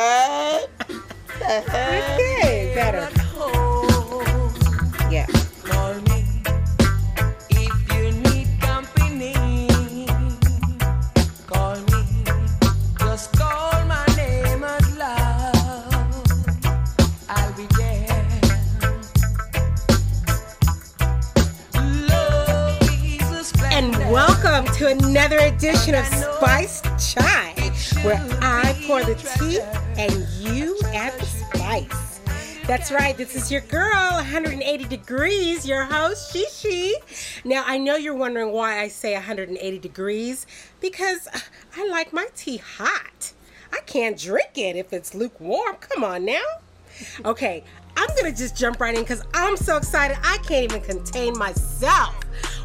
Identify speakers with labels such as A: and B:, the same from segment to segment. A: What? The heck?
B: Okay, better. Yeah. And welcome to another edition of Spiced Chai, where I pour the tea and you add the spice. That's right, this is your girl, 180 Degrees, your host, Shishi. Now, I know you're wondering why I say 180 degrees, because I like my tea hot. I can't drink it if it's lukewarm. Come on now. Okay, I'm gonna just jump right in because I'm so excited I can't even contain myself.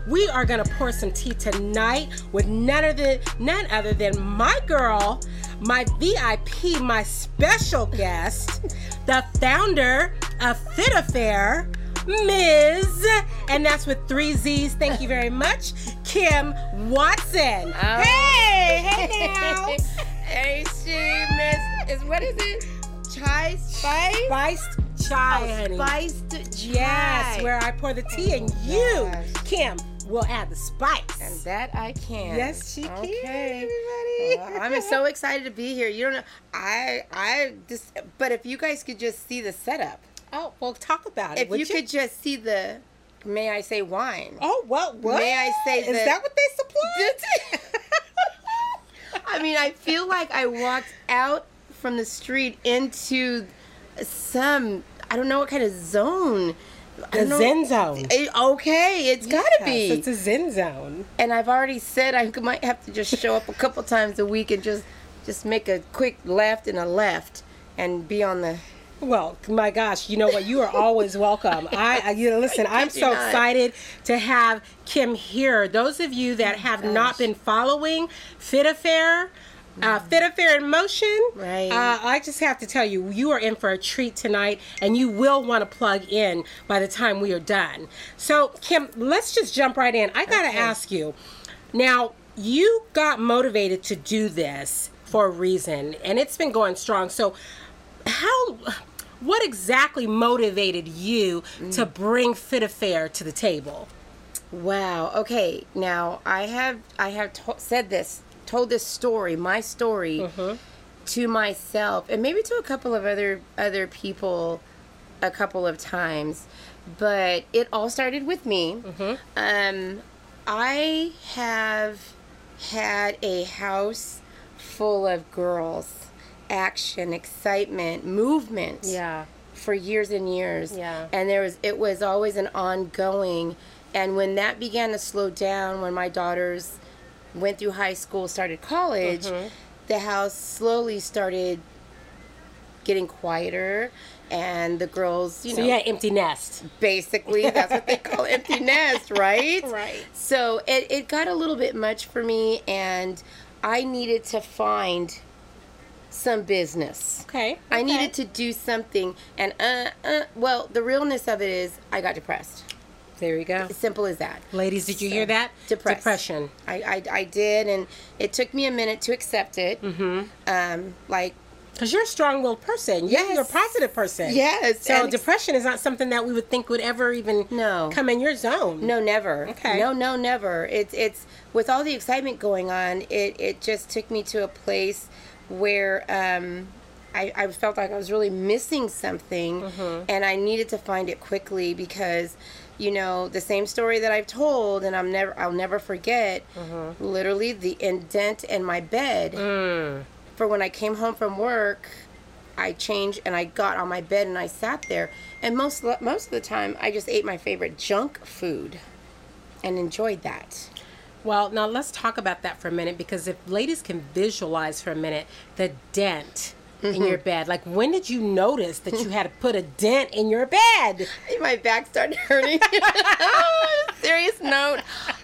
B: We are gonna pour some tea tonight with none other than none other than my girl, my VIP, my special guest, the founder of Fit Affair, Ms. And that's with three Z's. Thank you very much, Kim Watson.
C: Oh.
B: Hey, hey now.
C: hey, she miss is what is it? Chai spice.
B: Spiced chai, honey.
C: Oh, Spiced chai.
B: Yes, where I pour the tea and you,
C: gosh.
B: Kim, will add the spice.
C: and that I can.
B: yes, she
C: Okay.
B: can. Everybody,
C: Well, I'm so excited to be here. You don't know, I, I just, but if you guys could just see the setup,
B: Oh, well, talk about it.
C: if you,
B: would
C: could just see the, may I say wine?
B: Oh, well, what?
C: May I say
B: Is
C: that-
B: that what they supply?
C: I mean, I feel like I walked out from the street into some, I don't know what kind of zone. I
B: the
C: don't know-
B: Zen Zone.
C: Eh, okay, it's gotta be.
B: Yes, It's a Zen Zone.
C: and I've already said I might have to just show up a couple times a week and just just make a quick left and a left and be on the
B: Well, my gosh, you know what? You are always welcome. I, I you know, listen, I'm
C: kid you
B: so
C: not.
B: excited to have Kim here. Those of you that
C: Oh
B: have not been following Fit Affair, uh, Fit Affair in Motion,
C: Right.
B: Uh, I just have to tell you, you are in for a treat tonight, and you will want to plug in by the time we are done. So, Kim, let's just jump right in. I gotta
C: Okay.
B: ask you now. You got motivated to do this for a reason, and it's been going strong. So, how what exactly motivated you to bring fit affair to the table
C: wow. Okay, now I have I have to- said this, told this story, my story to myself and maybe to a couple of other other people a couple of times, but it all started with me. Um, I have had a house full of girls, action, excitement, movement.
B: Yeah.
C: For years and years.
B: Yeah.
C: And there was it was always an ongoing and when that began to slow down when my daughters went through high school, started college,
B: Mm-hmm.
C: the house slowly started getting quieter and the girls, you
B: so
C: know,
B: yeah empty nest
C: basically that's what they call empty nest right
B: Right.
C: so it, it got a little bit much for me and i needed to find some business
B: okay
C: i needed to do something and uh, uh well the realness of it is i got depressed
B: there you go
C: simple as that
B: ladies did you hear that
C: Depressed.
B: depression
C: I, I i did and it took me a minute to accept it mm-hmm. um like
B: because you're a strong-willed person Yeah,
C: Yes.
B: you're a positive person
C: Yes,
B: so
C: and-
B: depression is not something that we would think would ever even
C: No.
B: come in your zone
C: No, never.
B: Okay.
C: No, no, never. It's it's with all the excitement going on, it it just took me to a place where um I, I felt like I was really missing something and I needed to find it quickly because you know the same story that I've told and I'm never I'll never forget literally the indent in my bed for when I came home from work, I changed and I got on my bed and I sat there. And most most of the time, I just ate my favorite junk food, and enjoyed that.
B: Well, now let's talk about that for a minute because if ladies can visualize for a minute the dent
C: Mm-hmm.
B: in your bed, like when did you notice that you had to put a dent in your bed?
C: My back started hurting. On a Serious note,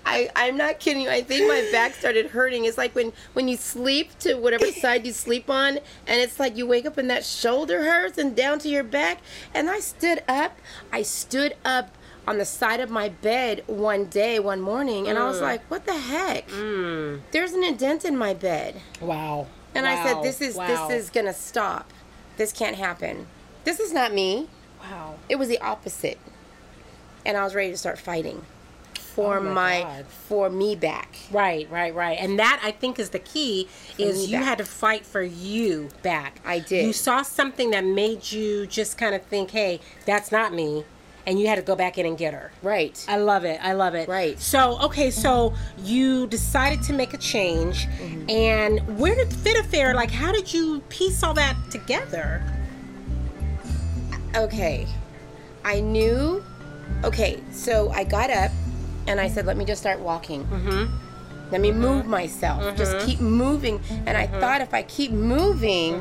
C: I I'm not kidding. you. I think my back started hurting. It's like when when you sleep to whatever side you sleep on, and it's like you wake up and that shoulder hurts and down to your back. And I stood up. I stood up on the side of my bed one day, one Mm. morning, and I was like, "What the heck? There's an indent in my bed."
B: Wow.
C: And I
B: Wow,
C: said, "This is
B: wow.
C: this is gonna stop. This can't happen. This is not me."
B: Wow.
C: It was the opposite, and I was ready to start fighting for
B: Oh my
C: my,
B: God.
C: for me back.
B: Right, right, right. And that I think is the key is
C: me
B: you
C: back.
B: had to fight for you back.
C: I did.
B: You saw something that made you just kind of think, "Hey, that's not me." And you had to go back in and get her.
C: Right.
B: I love it. I love it.
C: Right.
B: So, okay, so you decided to make a change.
C: Mm-hmm.
B: And where did Fit Affair, like, how did you piece all that together?
C: okay, I knew. Okay, so I got up and I said, let me just start walking. Mm-hmm. Mm-hmm. Let me move myself. Just keep moving. And I thought if I keep moving,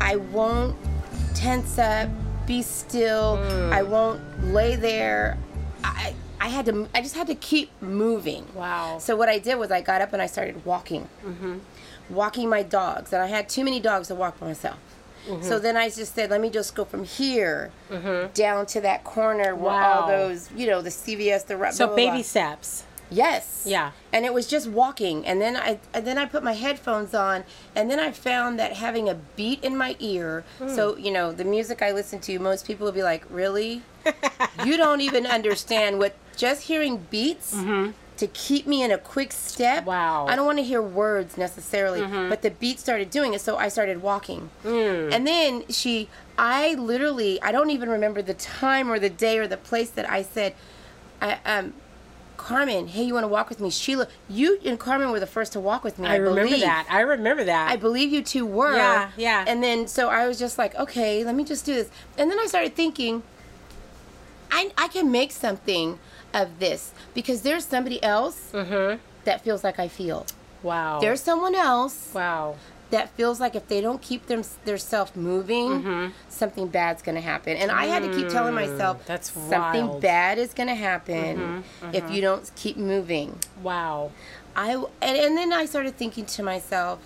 C: I won't tense up, be still, I won't lay there. I, I had to. I just had to keep moving.
B: Wow.
C: So what I did was I got up and I started walking, walking my dogs, and I had too many dogs to walk by myself.
B: Mm-hmm.
C: So then I just said, let me just go from here down to that corner where
B: Wow.
C: all those, you know, the CVS, the Ru-
B: So,
C: blah, blah, blah.
B: baby steps.
C: Yes.
B: Yeah.
C: And it was just walking, and then I and then I put my headphones on, and then I found that having a beat in my ear.
B: Hmm.
C: So you know, the music I listen to, most people would be like, "Really? you don't even understand what just hearing beats." To keep me in a quick step.
B: Mm-hmm. Wow. Mm-hmm.
C: I don't want to hear words necessarily, but the beat started doing it, so I started walking.
B: Mm.
C: And then she, I literally, I don't even remember the time or the day or the place that I said, I, um, Carmen, hey, you want to walk with me? Sheila, you and Carmen were the first to walk with me. I,
B: I, remember
C: believe.
B: that. I remember that.
C: I believe you two were.
B: Yeah, yeah.
C: And then so I was just like, okay, let me just do this. And then I started thinking, I I can make something of this because there's somebody else
B: Mm-hmm.
C: that feels like I feel.
B: wow.
C: There's someone else
B: wow.
C: that feels like if they don't keep them their self moving,
B: Mm-hmm.
C: something bad's gonna happen. And I had to keep telling myself
B: Mm, that's
C: something
B: wild. Mm-hmm,
C: bad is gonna happen if you don't keep moving.
B: Wow.
C: I and, and then I started thinking to myself,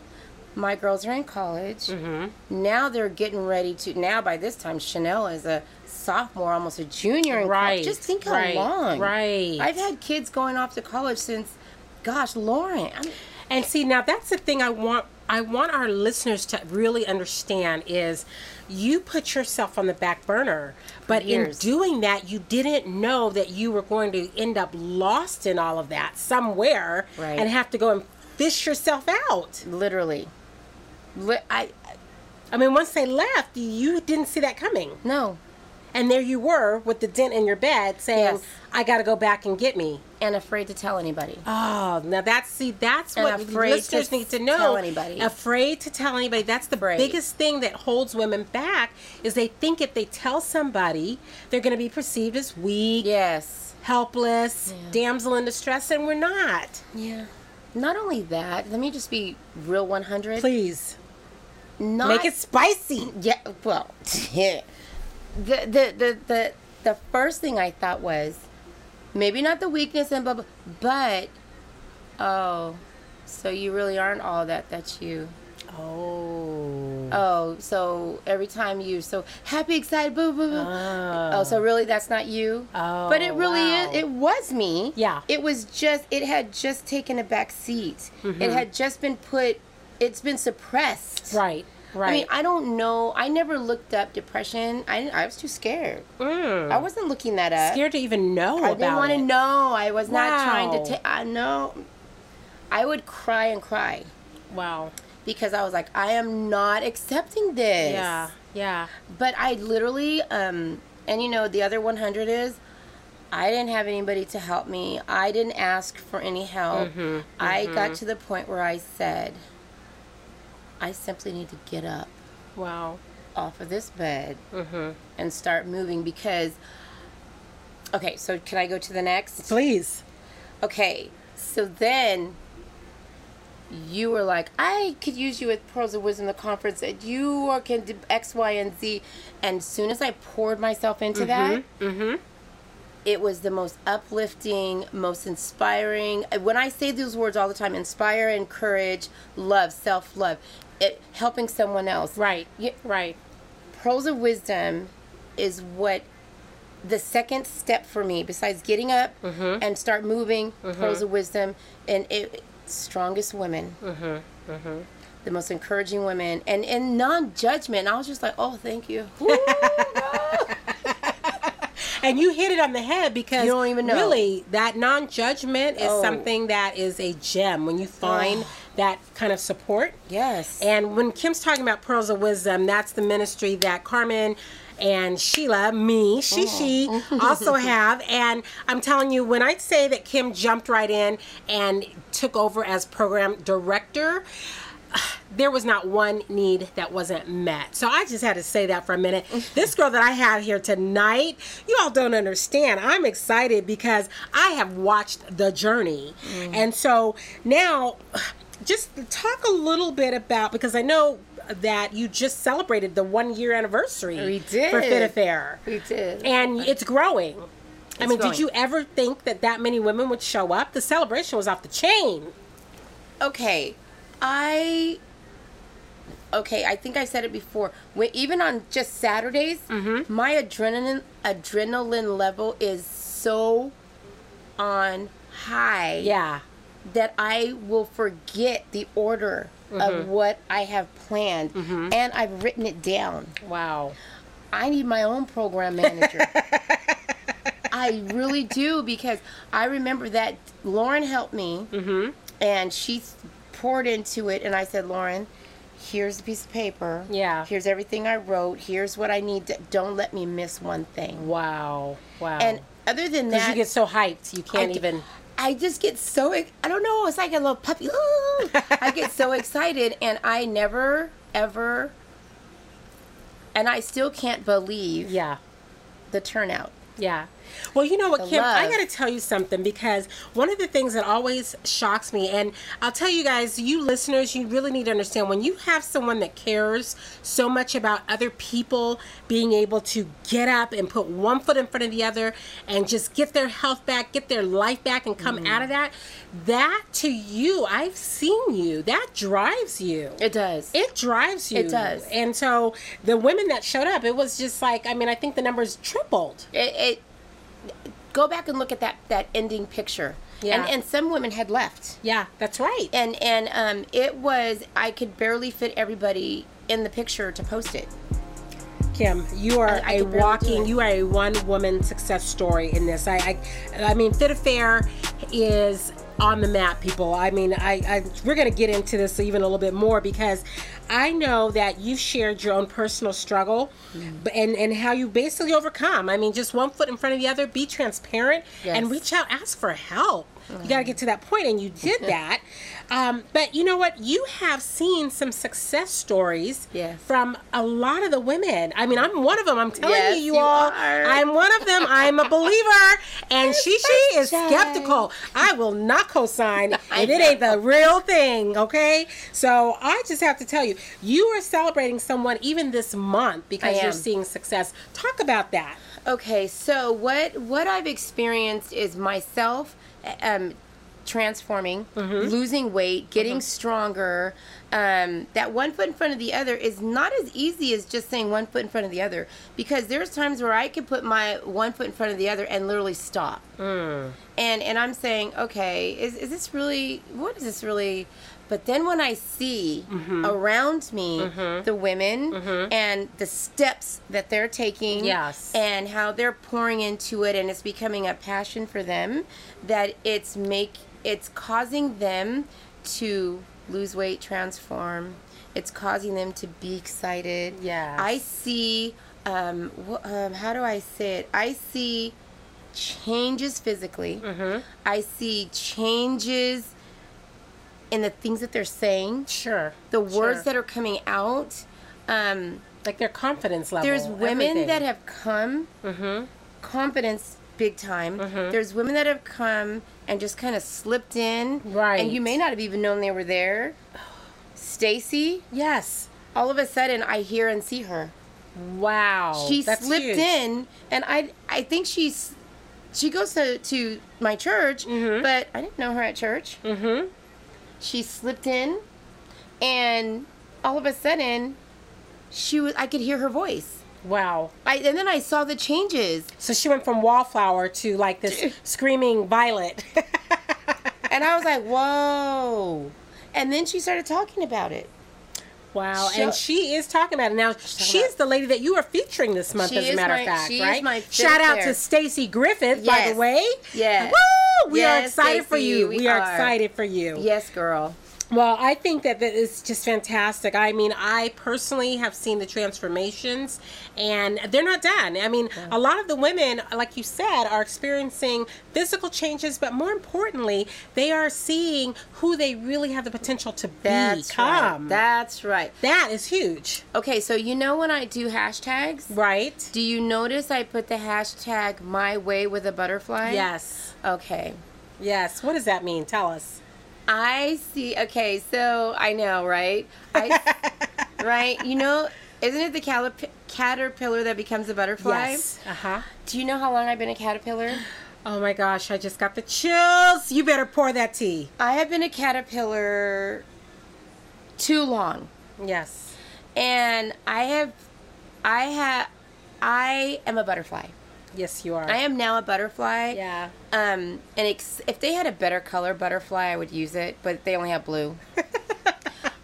C: my girls are in college.
B: Mm-hmm.
C: Now they're getting ready to. Now by this time, Chanel is a sophomore, almost a junior in
B: Right,
C: college. Just think how
B: right,
C: long.
B: right.
C: I've had kids going off to college since, gosh, Lauren. I mean,
B: And see, now that's the thing I want I want our listeners to really understand is you put yourself on the back burner, but
C: years.
B: in doing that, you didn't know that you were going to end up lost in all of that somewhere
C: Right.
B: and have to go and fish yourself out.
C: literally. Li- I
B: I mean, once they left, you didn't see that coming.
C: no.
B: And there you were with the dent in your bed saying,
C: Yes.
B: I got to go back and get me.
C: And afraid to tell anybody.
B: Oh, now that's see, that's
C: And
B: what
C: afraid to
B: listeners need to know.
C: tell anybody.
B: Afraid to tell anybody. That's the
C: Afraid.
B: biggest thing that holds women back is they think if they tell somebody, they're going to be perceived as weak,
C: Yes.
B: helpless, damsel in distress, and we're not.
C: Yeah. Not only that, let me just be real 100.
B: Please
C: Not
B: make it spicy.
C: Yeah, well, the, the the the the first thing I thought was maybe not the weakness and blah, blah but oh, so you really aren't all that that you.
B: Oh.
C: Oh, so every time you so happy, excited, boo, boo, boo.
B: Oh.
C: Oh, so really that's not you.
B: Oh,
C: but it really
B: wow.
C: is. It was me.
B: Yeah.
C: It was just. It had just taken a back seat.
B: Mm-hmm.
C: It had just been put. It's been suppressed.
B: Right. Right.
C: I mean, I don't know. I never looked up depression. I, I was too scared. I wasn't looking that up.
B: Mm. scared to even know
C: I
B: about
C: didn't want
B: it.
C: to know. I was not trying to
B: Wow.
C: take. I know. I would cry and cry
B: Wow.
C: because I was like, I am not accepting this.
B: Yeah. Yeah.
C: But I literally, um, and you know, the other 100 is I didn't have anybody to help me. I didn't ask for any help. I got to the point where I said, I simply need to get up
B: Wow.
C: off of this bed
B: Mm.
C: and start moving because okay so can i go to the next
B: Please.
C: okay so then you were like i could use you with pearls of wisdom the conference that you are can do x y and z and as soon as i poured myself into that it was the most uplifting, most inspiring. When I say those words all the time, inspire, encourage, love, self love, helping someone else.
B: Right.
C: You-
B: Right.
C: pearls of wisdom is what the second step for me besides getting up and start moving pearls of wisdom and it strongest women the most encouraging women, and and non-judgment. And I was just like, oh, thank you.
B: And you hit it on the head because
C: You don't even know.
B: really that non judgment is
C: Oh.
B: something that is a gem when you find that kind of support.
C: yes.
B: And when Kim's talking about Pearls of Wisdom, that's the ministry that Carmen and Sheila, me, she, she,
C: Oh.
B: also have. And I'm telling you, when I say that Kim jumped right in and took over as program director, there was not one need that wasn't met. So I just had to say that for a minute. This girl that I have here tonight, you all don't understand. I'm excited because I have watched the journey.
C: Mm.
B: And so now just talk a little bit about because I know that you just celebrated the 1 year anniversary
C: We did.
B: for Fit Affair.
C: we did.
B: And it's growing. I
C: It's
B: mean,
C: growing.
B: did you ever think that that many women would show up? The celebration was off the chain.
C: okay, I okay. I think I said it before. When, even on just Saturdays, my adrenaline adrenaline level is so on high.
B: Yeah.
C: that I will forget the order of what I have planned, and I've written it down.
B: Wow.
C: I need my own program manager. I really do because I remember that Lauren helped me
B: Mm-hmm.
C: and she poured into it. And I said, Lauren, here's a piece of paper.
B: Yeah.
C: Here's everything I wrote. Here's what I need. To, don't let me miss one thing.
B: Wow. Wow.
C: And other than
B: Because
C: that,
B: you get so hyped, you can't
C: I-
B: even.
C: I just get so ex- I don't know. It's like a little puppy. Ooh. I get so excited, and I never ever, and I still can't believe
B: Yeah.
C: the turnout.
B: Yeah. Well, you know what,
C: The
B: Kim? I
C: love.
B: got to tell you something because one of the things that always shocks me, and I'll tell you guys, you listeners, you really need to understand when you have someone that cares so much about other people being able to get up and put one foot in front of the other and just get their health back, get their life back, and
C: Mm.
B: come out of that. That to you, I've seen you. That drives you.
C: It does.
B: It drives you.
C: It does.
B: And so the women that showed up, it was just like, I mean, I think the numbers tripled.
C: it, it- go back and look at that that ending picture.
B: Yeah.
C: And and some women had left.
B: Yeah, that's right.
C: And and um, it was I could barely fit everybody in the picture to post it.
B: Kim, you are
C: I- I
B: a
C: could barely do
B: walking,
C: it.
B: you are a one woman success story in this. I, I, I mean, Fit Affair is on the map, people. I mean, I, I, we're gonna get into this even a little bit more because I know that you shared your own personal struggle,
C: Mm.
B: b- and and how you basically overcome. I mean, just one foot in front of the other. Be transparent and
C: Yes. Mm.
B: reach out, ask for help. You got to get to that point, and you did that. Um, but you know what? You have seen some success stories
C: Yes.
B: from a lot of the women. I mean, I'm one of them. I'm telling
C: Yes,
B: you, you,
C: you
B: all.
C: are.
B: I'm one of them. I'm a believer, and she she is
C: Sunshine.
B: skeptical. I will not co-sign,
C: I
B: and it ain't the real thing. Okay, so I just have to tell you, you are celebrating someone even this month because you're
C: am.
B: seeing success. Talk about that.
C: Okay, so what what I've experienced is myself um, transforming, losing weight, getting stronger. Um, that one foot in front of the other is not as easy as just saying one foot in front of the other because there's times where I could put my one foot in front of the other and literally stop. And and I'm saying, okay, is is this really what is this really? But then when I see around me the women and the steps that they're taking
B: Yes.
C: and how they're pouring into it and it's becoming a passion for them that it's make it's causing them to lose weight transform it's causing them to be excited
B: Yes.
C: i see um, wh- um how do i say it i see changes physically
B: Mm-hmm.
C: i see changes in the things that they're saying
B: Sure.
C: the words
B: Sure.
C: that are coming out um
B: like their confidence level.
C: there's women
B: everything. Mm-hmm.
C: that have come confidence big time. There's women that have come and just kind of slipped in,
B: Right.
C: And you may not have even known they were there. Stacy,
B: yes.
C: all of a sudden, I hear and see her.
B: Wow.
C: she
B: Oh, That's
C: slipped
B: huge.
C: in, and I I think she's she goes to to my church,
B: Mm-hmm.
C: but I didn't know her at church. Mm-hmm. She slipped in, and all of a sudden, she was I could hear her voice.
B: Wow.
C: I, and then I saw the changes,
B: So she went from wallflower to like this screaming violet.
C: and I was like, "Whoa!" And then she started talking about it,
B: Wow,
C: She'll-
B: and she is talking about it now. She's the lady that you are featuring this month,
C: She
B: as a
C: is
B: matter of
C: my-
B: fact,
C: she is
B: right?
C: my fifth
B: Shout out
C: there.
B: to Stacy Griffith, by
C: Yes.
B: the way.
C: Yes.
B: Woo! We are
C: Yes,
B: excited for
C: Stacey,
B: you.
C: we
B: We, are,
C: are.
B: excited for you.
C: Yes, girl.
B: Well, I think that that is just fantastic. I mean, I personally have seen the transformations, and they're not done. I mean, a lot of the women, like you said, are experiencing physical changes, but more importantly, they are seeing who they really have the potential to
C: That's
B: become.
C: right. That's right.
B: that is huge,
C: Okay, so you know when I do hashtags,
B: right?
C: do you notice I put the hashtag my way with a butterfly?
B: Yes.
C: Okay.
B: Yes. What does that mean? Tell us.
C: I see. Okay, so I know, right? I, right? You know, isn't it the calip- caterpillar that becomes a butterfly?
B: Yes. Uh huh.
C: Do you know how long I've been a caterpillar?
B: Oh my gosh, I just got the chills. You better pour that tea.
C: I have been a caterpillar too long.
B: Yes.
C: And I have I have I am a butterfly.
B: Yes, you are.
C: I am now a butterfly.
B: Yeah.
C: Um and ex- if they had a better color butterfly, I would use it, but they only have blue.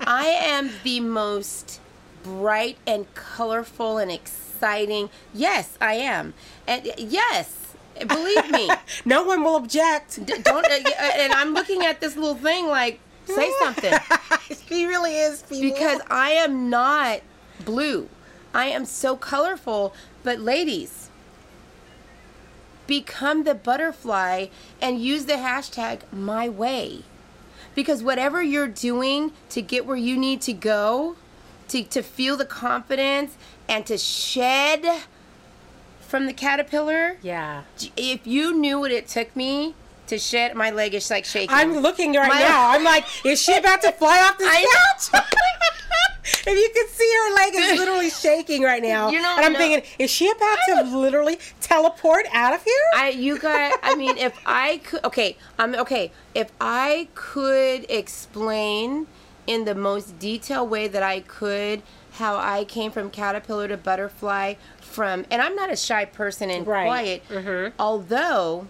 C: I am the most bright and colorful and exciting. Yes, I am. And yes, believe me.
B: No one will object.
C: D- Don't uh, y- uh, and I'm looking at this little thing like say something.
B: he really is people.
C: because I am not blue. I am so colorful. But, ladies, become the butterfly and use the hashtag my way. Because whatever you're doing to get where you need to go, to, to feel the confidence and to shed from the caterpillar,
B: yeah,
C: if you knew what it took me to shed, my leg is like shaking.
B: I'm looking right
C: My-
B: now. I'm like, is she about to fly off the
C: I
B: couch? if you could see her leg is literally shaking right now,
C: You know,
B: and I'm
C: no.
B: thinking, is she about to literally teleport out of here?
C: I you got I mean if I could okay, um okay, if I could explain in the most detailed way that I could how I came from caterpillar to butterfly from and I'm not a shy person and
B: Right.
C: quiet. Although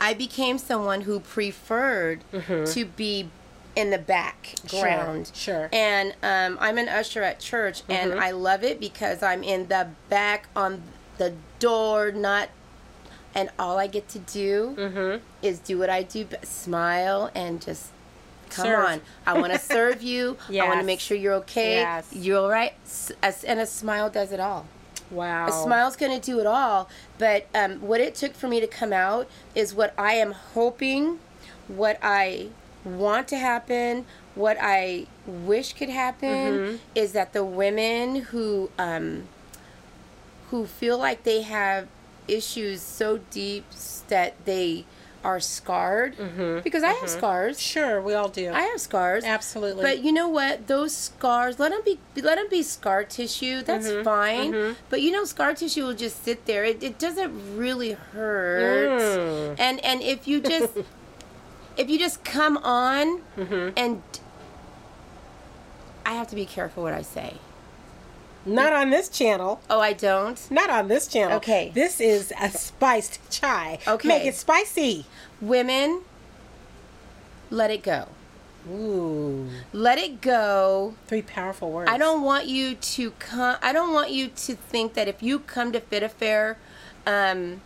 C: I became someone who preferred to be in the background.
B: Mm-hmm. Sure, Mm-hmm. sure.
C: And um, I'm an usher at church, and I love it because I'm in the back on the door, not. And all I get to do
B: Mm-hmm.
C: is do what I do, but smile and just come
B: Serve.
C: on. I want to serve you. I want to
B: Yes.
C: make sure you're okay.
B: Yes.
C: You're all right. S- a- And a smile does it all.
B: wow.
C: A smile's going to do it all. But um, what it took for me to come out is what I am hoping, what I want to happen, what I wish could happen
B: Mm-hmm.
C: is that the women who um, who feel like they have issues so deep s- that they are scarred because I have scars.
B: Sure, we all do.
C: I have scars.
B: Mm-hmm. Absolutely.
C: But you know what? Those scars, let them be. Let them be scar tissue. That's fine. But you know, scar tissue will just sit there. It, it doesn't really hurt.
B: Mm.
C: And and if you just if you just come on and I have to be careful what I say.
B: Not on this channel.
C: Oh, I don't.
B: Not on this channel.
C: Okay.
B: This is a spiced chai.
C: Okay.
B: Make it spicy.
C: Women, let it go.
B: Ooh.
C: Let it go.
B: Three powerful words.
C: I don't want you to come. I don't want you to think that if you come to Fit Affair, um,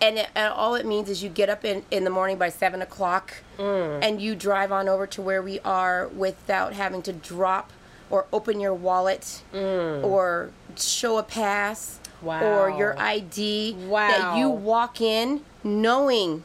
C: and, it, and all it means is you get up in, in the morning by seven o'clock
B: Mm.
C: and you drive on over to where we are without having to drop or open your wallet or show a pass or
B: Mm. Wow.
C: your ID. That
B: Wow.
C: you walk in knowing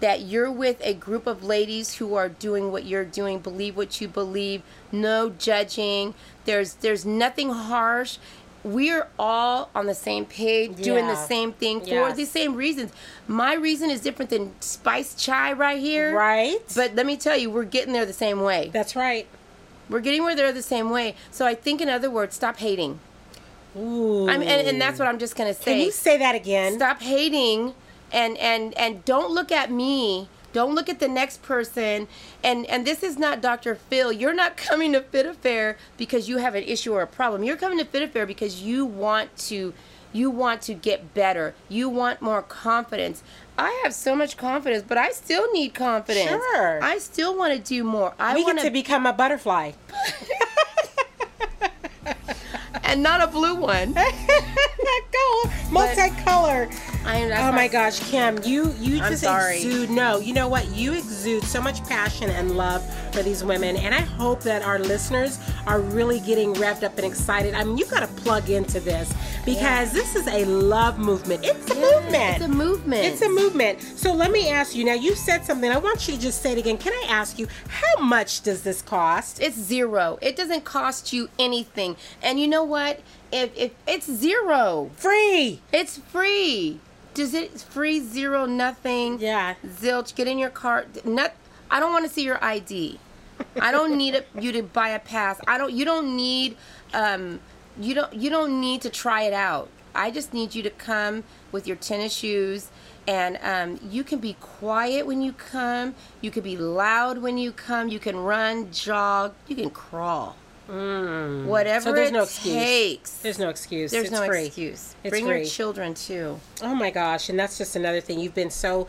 C: that you're with a group of ladies who are doing what you're doing, believe what you believe, no judging. There's there's nothing harsh. We're all on the same page, doing the
B: Yeah.
C: same thing for
B: Yes.
C: the same reasons. My reason is different than Spice Chai right here.
B: Right?
C: But let me tell you, we're getting there the same way.
B: That's right.
C: We're getting where they're the same way. So I think, in other words, stop hating.
B: Ooh.
C: I'm, and, and that's what I'm just gonna say.
B: Can you say that again?
C: stop hating and and and don't look at me don't look at the next person and and this is not dr phil you're not coming to fit affair because you have an issue or a problem you're coming to fit affair because you want to You want to get better. You want more confidence. I have so much confidence, but I still need confidence.
B: Sure.
C: I still want to do more. I
B: we
C: want
B: get to become a butterfly.
C: and not a blue one.
B: Go multicolor.
C: I am. that's
B: Oh my
C: not-
B: gosh, Kim, you you
C: I'm
B: just
C: sorry.
B: exude no, you know what? You exude so much passion and love for these women, and I hope that our listeners are really getting revved up and excited. I mean, you got to plug into this because this is a love movement. It's a movement.
C: It's a movement.
B: It's a movement. So let me ask you now. You said something. I want you to just say it again. Can I ask you how much does this cost?
C: It's zero. It doesn't cost you anything. And you know what? If if it's zero,
B: Free.
C: it's free. Does it free zero nothing?
B: Yeah.
C: Zilch, get in your car. Not, I don't want to see your ID. I don't need it, you to buy a pass. I don't. You don't need. Um, you don't. You don't need to try it out. I just need you to come with your tennis shoes, and um, you can be quiet when you come. You can be loud when you come. You can run, jog. You can crawl. Whatever
B: Mm. So there's
C: it
B: no excuse.
C: takes.
B: There's no excuse.
C: There's
B: it's
C: no
B: free.
C: excuse.
B: It's
C: Bring your
B: free.
C: children too.
B: Oh my gosh, and that's just another thing. You've been so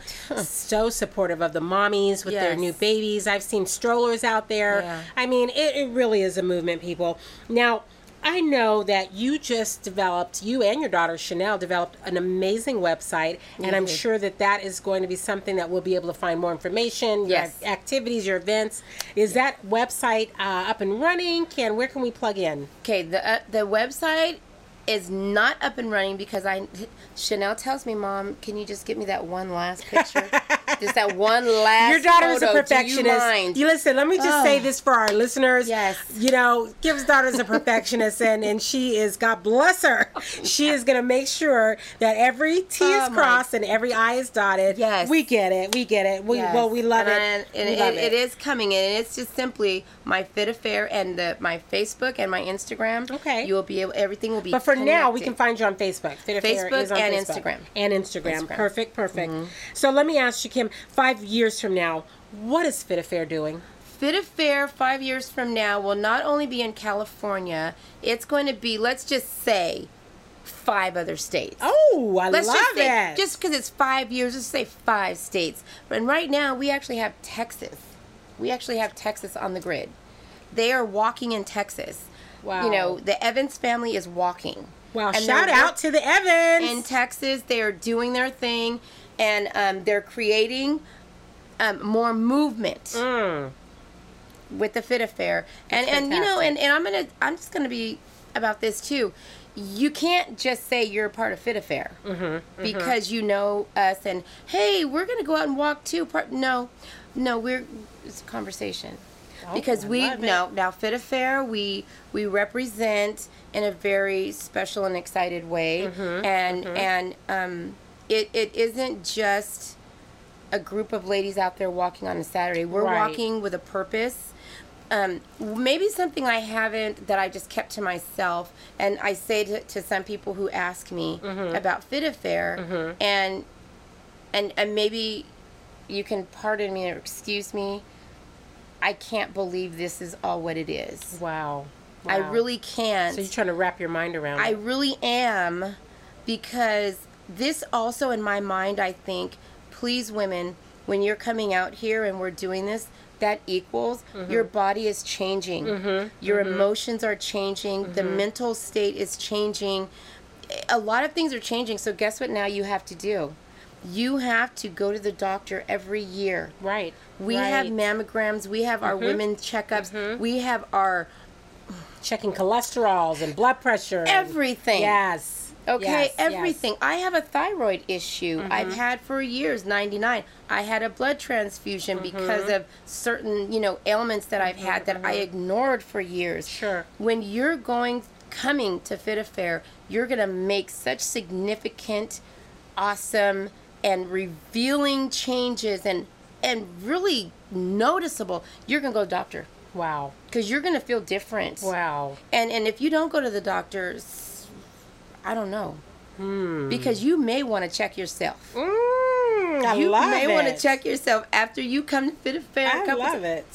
B: so supportive of the mommies with their
C: Yes.
B: new babies. I've seen strollers out there.
C: Yeah.
B: I mean, it, it really is a movement, people. Now, I know that you just developed, you and your daughter Chanel developed an amazing website, and I'm
C: did.
B: sure that that is going to be something that we'll be able to find more information,
C: Yes.
B: your ac- activities, your events. Is that website uh, up and running? Can where can we plug in?
C: Okay, the uh, the website is not up and running because I Chanel tells me, "Mom, can you just get me that one last picture? just that one last."
B: Your daughter is a
C: photo.
B: perfectionist.
C: Do you mind?
B: listen, let me just
C: Oh.
B: say this for our listeners.
C: Yes.
B: You know, Kim's daughter is a perfectionist and, and she is God bless her. She is gonna make sure that every T is
C: Oh, my-
B: crossed and every I is dotted.
C: Yes.
B: We get it. We get it. We
C: Yes.
B: well we love
C: and
B: it.
C: I- and
B: We
C: it,
B: love
C: it is coming in, and it's just simply my Fit Affair and the, my Facebook and my Instagram.
B: Okay.
C: you will be able. Everything will be.
B: But for now, we
C: connected.
B: can find you on Facebook. Fit Affair
C: Facebook
B: is on
C: and
B: Facebook.
C: Instagram.
B: And Instagram.
C: Instagram. Mm-hmm.
B: Perfect, perfect. So let me ask you, Kim, five years from now, what is Fit Affair doing?
C: Fit Affair five years from now will not only be in California, it's going to be, let's just say, five other states.
B: Oh, I
C: Let's
B: love
C: just say,
B: it.
C: just because it's five years, let's say five states. And right now, we actually have Texas. We actually have Texas on the grid. They are walking in Texas.
B: Wow.
C: You know, the Evans family is walking.
B: wow,
C: And
B: shout
C: they're
B: out to the Evans.
C: in Texas. They are doing their thing, and um, they're creating um, more movement with the Fit Affair. And and you know, and, and I'm gonna I'm just gonna be about this too. You can't just say you're a part of Fit Affair
B: Mm-hmm.
C: because you know us and hey, we're gonna go out and walk too. Part no, no, we're it's a conversation because
B: Oh, I
C: we
B: love it.
C: know now, now Fit Affair, we we represent in a very special and excited way,
B: Mm-hmm.
C: and and um, it it isn't just a group of ladies out there walking on a Saturday. We're
B: Right.
C: walking with a purpose. Um, maybe something I haven't that I just kept to myself, and I say to, to some people who ask me
B: Mm-hmm.
C: about Fit Affair, and and and maybe you can pardon me or excuse me. I can't believe this is all what it is.
B: Wow.
C: I
B: Wow.
C: really can't.
B: So you're trying to wrap your mind around
C: I
B: it.
C: really am because this also in my mind I think please women when you're coming out here and we're doing this that equals your body is changing. Your emotions are changing, the mental state is changing. A lot of things are changing. So guess what now you have to do? You have to go to the doctor every year.
B: Right.
C: We have mammograms, we have our women checkups, we have our
B: checking cholesterols and blood pressure. and-
C: everything.
B: Yes.
C: Okay,
B: Yes, Mm-hmm. yes.
C: everything. I have a thyroid issue. I've had for years, 99. I had a blood transfusion
B: Mm-hmm.
C: because of certain, you know, ailments that I've had that I ignored for years.
B: mm-hmm. Sure.
C: When you're going coming to Fit Affair, you're going to make such significant, awesome and revealing changes and and really noticeable. You're going to go to the doctor
B: Wow.
C: cuz you're going to feel different.
B: Wow.
C: And and if you don't go to the doctors, I don't know. Because you may want to check yourself.
B: Mm, I
C: you
B: love
C: may
B: it.
C: want to check yourself after you come to Fit Affair. a
B: I
C: couple
B: love
C: ti-
B: it.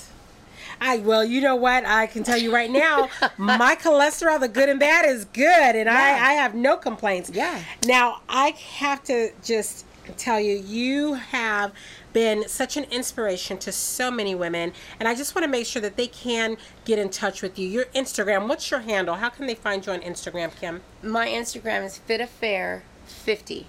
B: I well, you know what? I can tell you right now, my cholesterol, the good and bad, is good, and I I have no complaints.
A: Yeah.
B: Now I have to just tell you, you have been such an inspiration to so many women, and I just want to make sure that they can get in touch with you. Your Instagram, what's your handle? How can they find you on Instagram, Kim?
C: My Instagram is fitaffair50.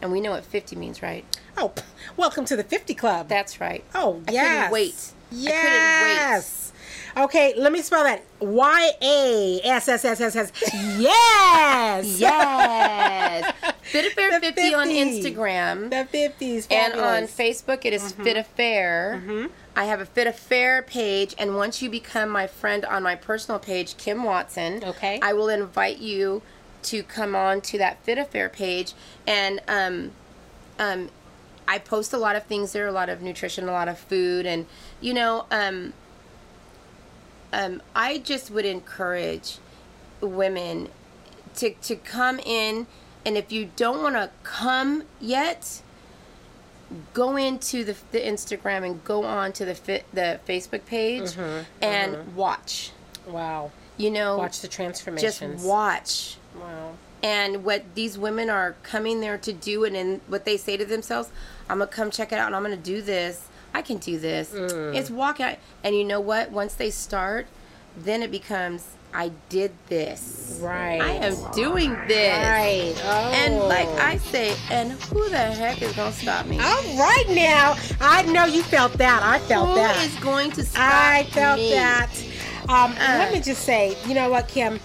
C: And we know what 50 means, right?
B: Oh, p- welcome to the 50 Club.
C: That's right.
B: Oh,
C: I
B: yes.
C: couldn't wait.
B: Yes. Okay, let me spell that. Y A S S S S S. Yes.
C: Yes.
B: The
C: fitaffair50 on
B: 50.
C: Instagram.
B: The fifties.
C: and on Facebook, it is Fit Affair. I have a Fit Affair page, and once you become my friend on my personal page, Kim Watson,
B: Okay.
C: I will invite you to come on to that Fit Affair page, and um, um, I post a lot of things there, a lot of nutrition, a lot of food, and you know, um, um, I just would encourage women to to come in, and if you don't want to come yet go into the, the Instagram and go on to the fit, the Facebook page and watch.
B: wow,
C: You know,
B: Mm-hmm, watch the transformations.
C: just watch.
B: Wow.
C: And what these women are coming there to do, and in what they say to themselves, I'm gonna come check it out, and I'm gonna do this. I can do this.
B: Mm.
C: It's walking, out. and you know what? Once they start, then it becomes I did this.
B: Right.
C: I am doing this.
B: Right. Oh.
C: And like I say, and who the heck is gonna stop me?
B: All right now. I know you felt that. I felt
C: Who
B: that.
C: is going to stop
B: I felt
C: me?
B: that. Um,
C: Uh.
B: let me just say, you know what, Kim?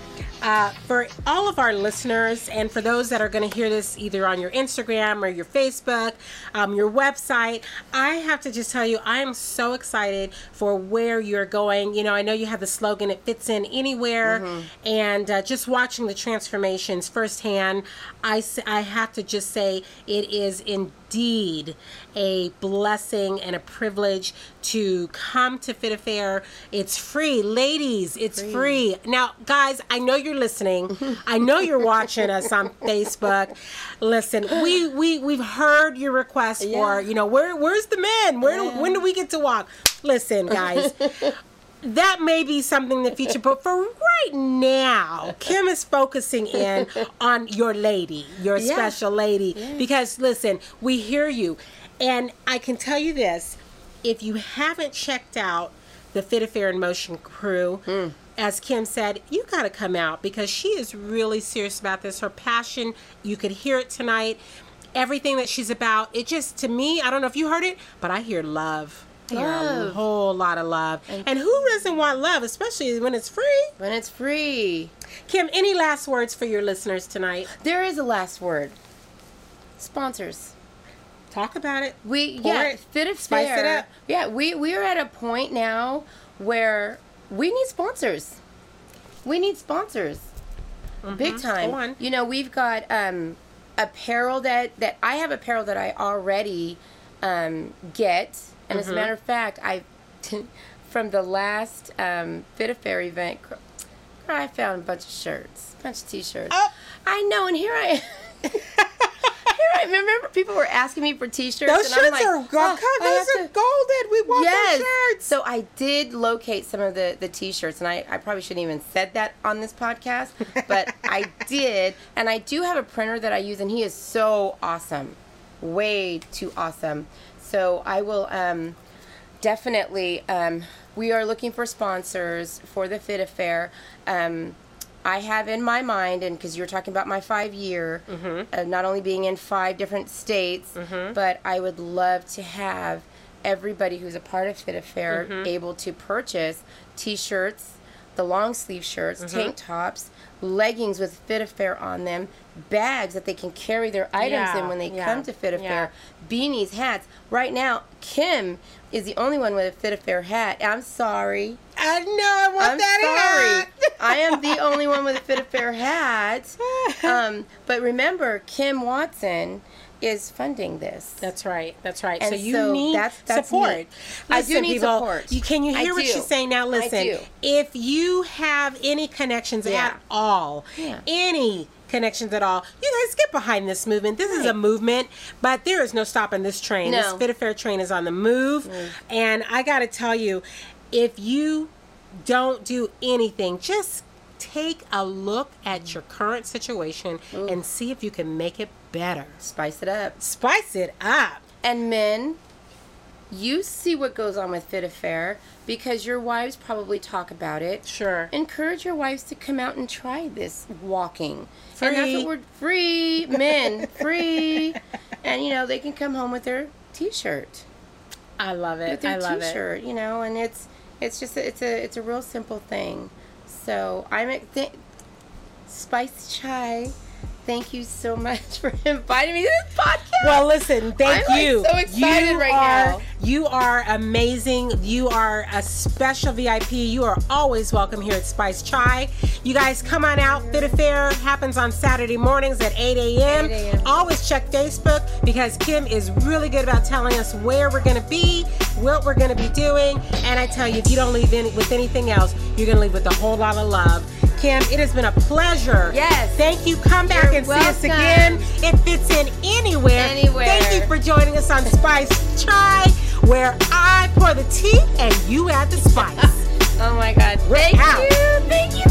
B: Uh, for all of our listeners and for those that are going to hear this either on your Instagram or your Facebook, um, your website, I have to just tell you, I am so excited for where you're going. You know, I know you have the slogan, it fits in anywhere.
C: Mm-hmm.
B: And uh, just watching the transformations firsthand, I, s- I have to just say it is indeed indeed a blessing and a privilege to come to Fit Affair. It's free, ladies. It's free. Now, guys, I know you're listening. I know you're watching us on Facebook. Listen, we we we've heard your request for you know where where's the men? Where do, when do we get to walk? Listen, guys. that may be something in the future, but for right now, Kim is focusing in on your lady, your special lady. Because listen, we hear you. And I can tell you this if you haven't checked out the Fit Affair in Motion crew, as Kim said, you got to come out because she is really serious about this. Her passion, you could hear it tonight. Everything that she's about, it just, to me, I don't know if you heard it, but I hear love. I hear a
C: Love.
B: whole lot of love. And, who doesn't want love, especially when it's free?
C: When it's free.
B: Kim, any last words for your listeners tonight?
C: There is a last word. Sponsors.
B: Talk about it.
C: We
B: Pour
C: yeah,
B: it.
C: fit of
B: Spice it
C: fair.
B: up.
C: Yeah, we we are at a point now where we need sponsors. We need sponsors. Big time.
B: Mm-hmm. Go on.
C: You know, we've got um apparel that that I have apparel that I already um get
B: Mm-hmm.
C: and as a matter of fact, I from the last um Fit of Fair event cr- I found a bunch of shirts, a bunch of t-shirts.
B: Oh.
C: I know, and here I Here, I remember people were asking me for T-shirts.
B: Those
C: and I'm
B: shirts
C: like,
B: are go-
C: "Oh, I
B: Those
C: have
B: are
C: to-"
B: golden. We want
C: Yes.
B: those shirts.
C: So I did locate some of the the T-shirts, and I I probably shouldn't even said that on this podcast, but I did, and I do have a printer that I use, and he is so awesome, way too awesome. So I will um definitely um we are looking for sponsors for the Fit Affair. Um, I have in my mind, and because you were talking about my five year,
B: Mm-hmm.
C: of not only being in five different states, but I would love to have everybody who's a part of Fit Affair
B: Mm-hmm.
C: able to purchase t shirts, the long sleeve shirts,
B: Mm-hmm.
C: tank tops, leggings with Fit Affair on them, bags that they can carry their items
B: Yeah,
C: in when they
B: yeah,
C: come to Fit
B: yeah.
C: Affair beanies, hats. Right now, Kim is the only one with a fit affair hat. I'm sorry.
B: I know. I want
C: I'm
B: that
C: sorry. I am the only one with a fit affair hat.
B: hat.
C: Um, but remember, Kim Watson is funding this.
B: That's right. That's right. so
C: And
B: you
C: so
B: need
C: that's- that's
B: support.
C: me. I do need support.
B: You, can you
C: I
B: hear what
C: do.
B: she's saying now?
C: I
B: Listen,
C: do.
B: if you have any connections
C: Yeah.
B: at all,
C: Yeah.
B: any connections at all, you guys get behind this movement. This is a
C: Right.
B: movement, but there is no Mm. stopping this train. This
C: No.
B: Fit Affair train is on the move, and I got to tell you. if you don't do anything, just take a look at your current situation and see if you can make it better.
C: Spice it up.
B: Spice it up.
C: And men, you see what goes on with Fit Affair because your wives probably talk about it.
B: Sure.
C: Encourage your wives to come out and try this walking. And that's
B: Free.
C: what we're free, men, free. And you know, they can come home with their t shirt.
B: I love
C: With
B: it. I
C: their
B: love
C: t
B: it.
C: shirt, you know, and it's it's just a, it's a it's a real simple thing. So I'm at th- Spice Chai. Thank you so much for inviting me to this podcast.
B: Well, listen, thank
C: I'm, like,
B: you.
C: so excited
B: you
C: right
B: are,
C: now.
B: You are amazing. You are a special VIP. You are always welcome here at Spice Chai. You guys come on out. Fit Affair happens on Saturday mornings at 8 a.m.
C: 8 a.m..
B: Always check Facebook because Kim is really good about telling us where we're going to be, what we're going to be doing. And I tell you, if you don't leave any, with anything else, you're going to leave with a whole lot of love. Kim, it has been a pleasure.
C: Yes.
B: Thank you. Come back
C: You're
B: and see
C: welcome.
B: us again. It fits in anywhere.
C: Anywhere.
B: Thank you for joining us on Spice Chai, where I pour the tea and you add the spice.
C: Oh my god.
B: We're
C: Thank
B: out.
C: you. Thank you.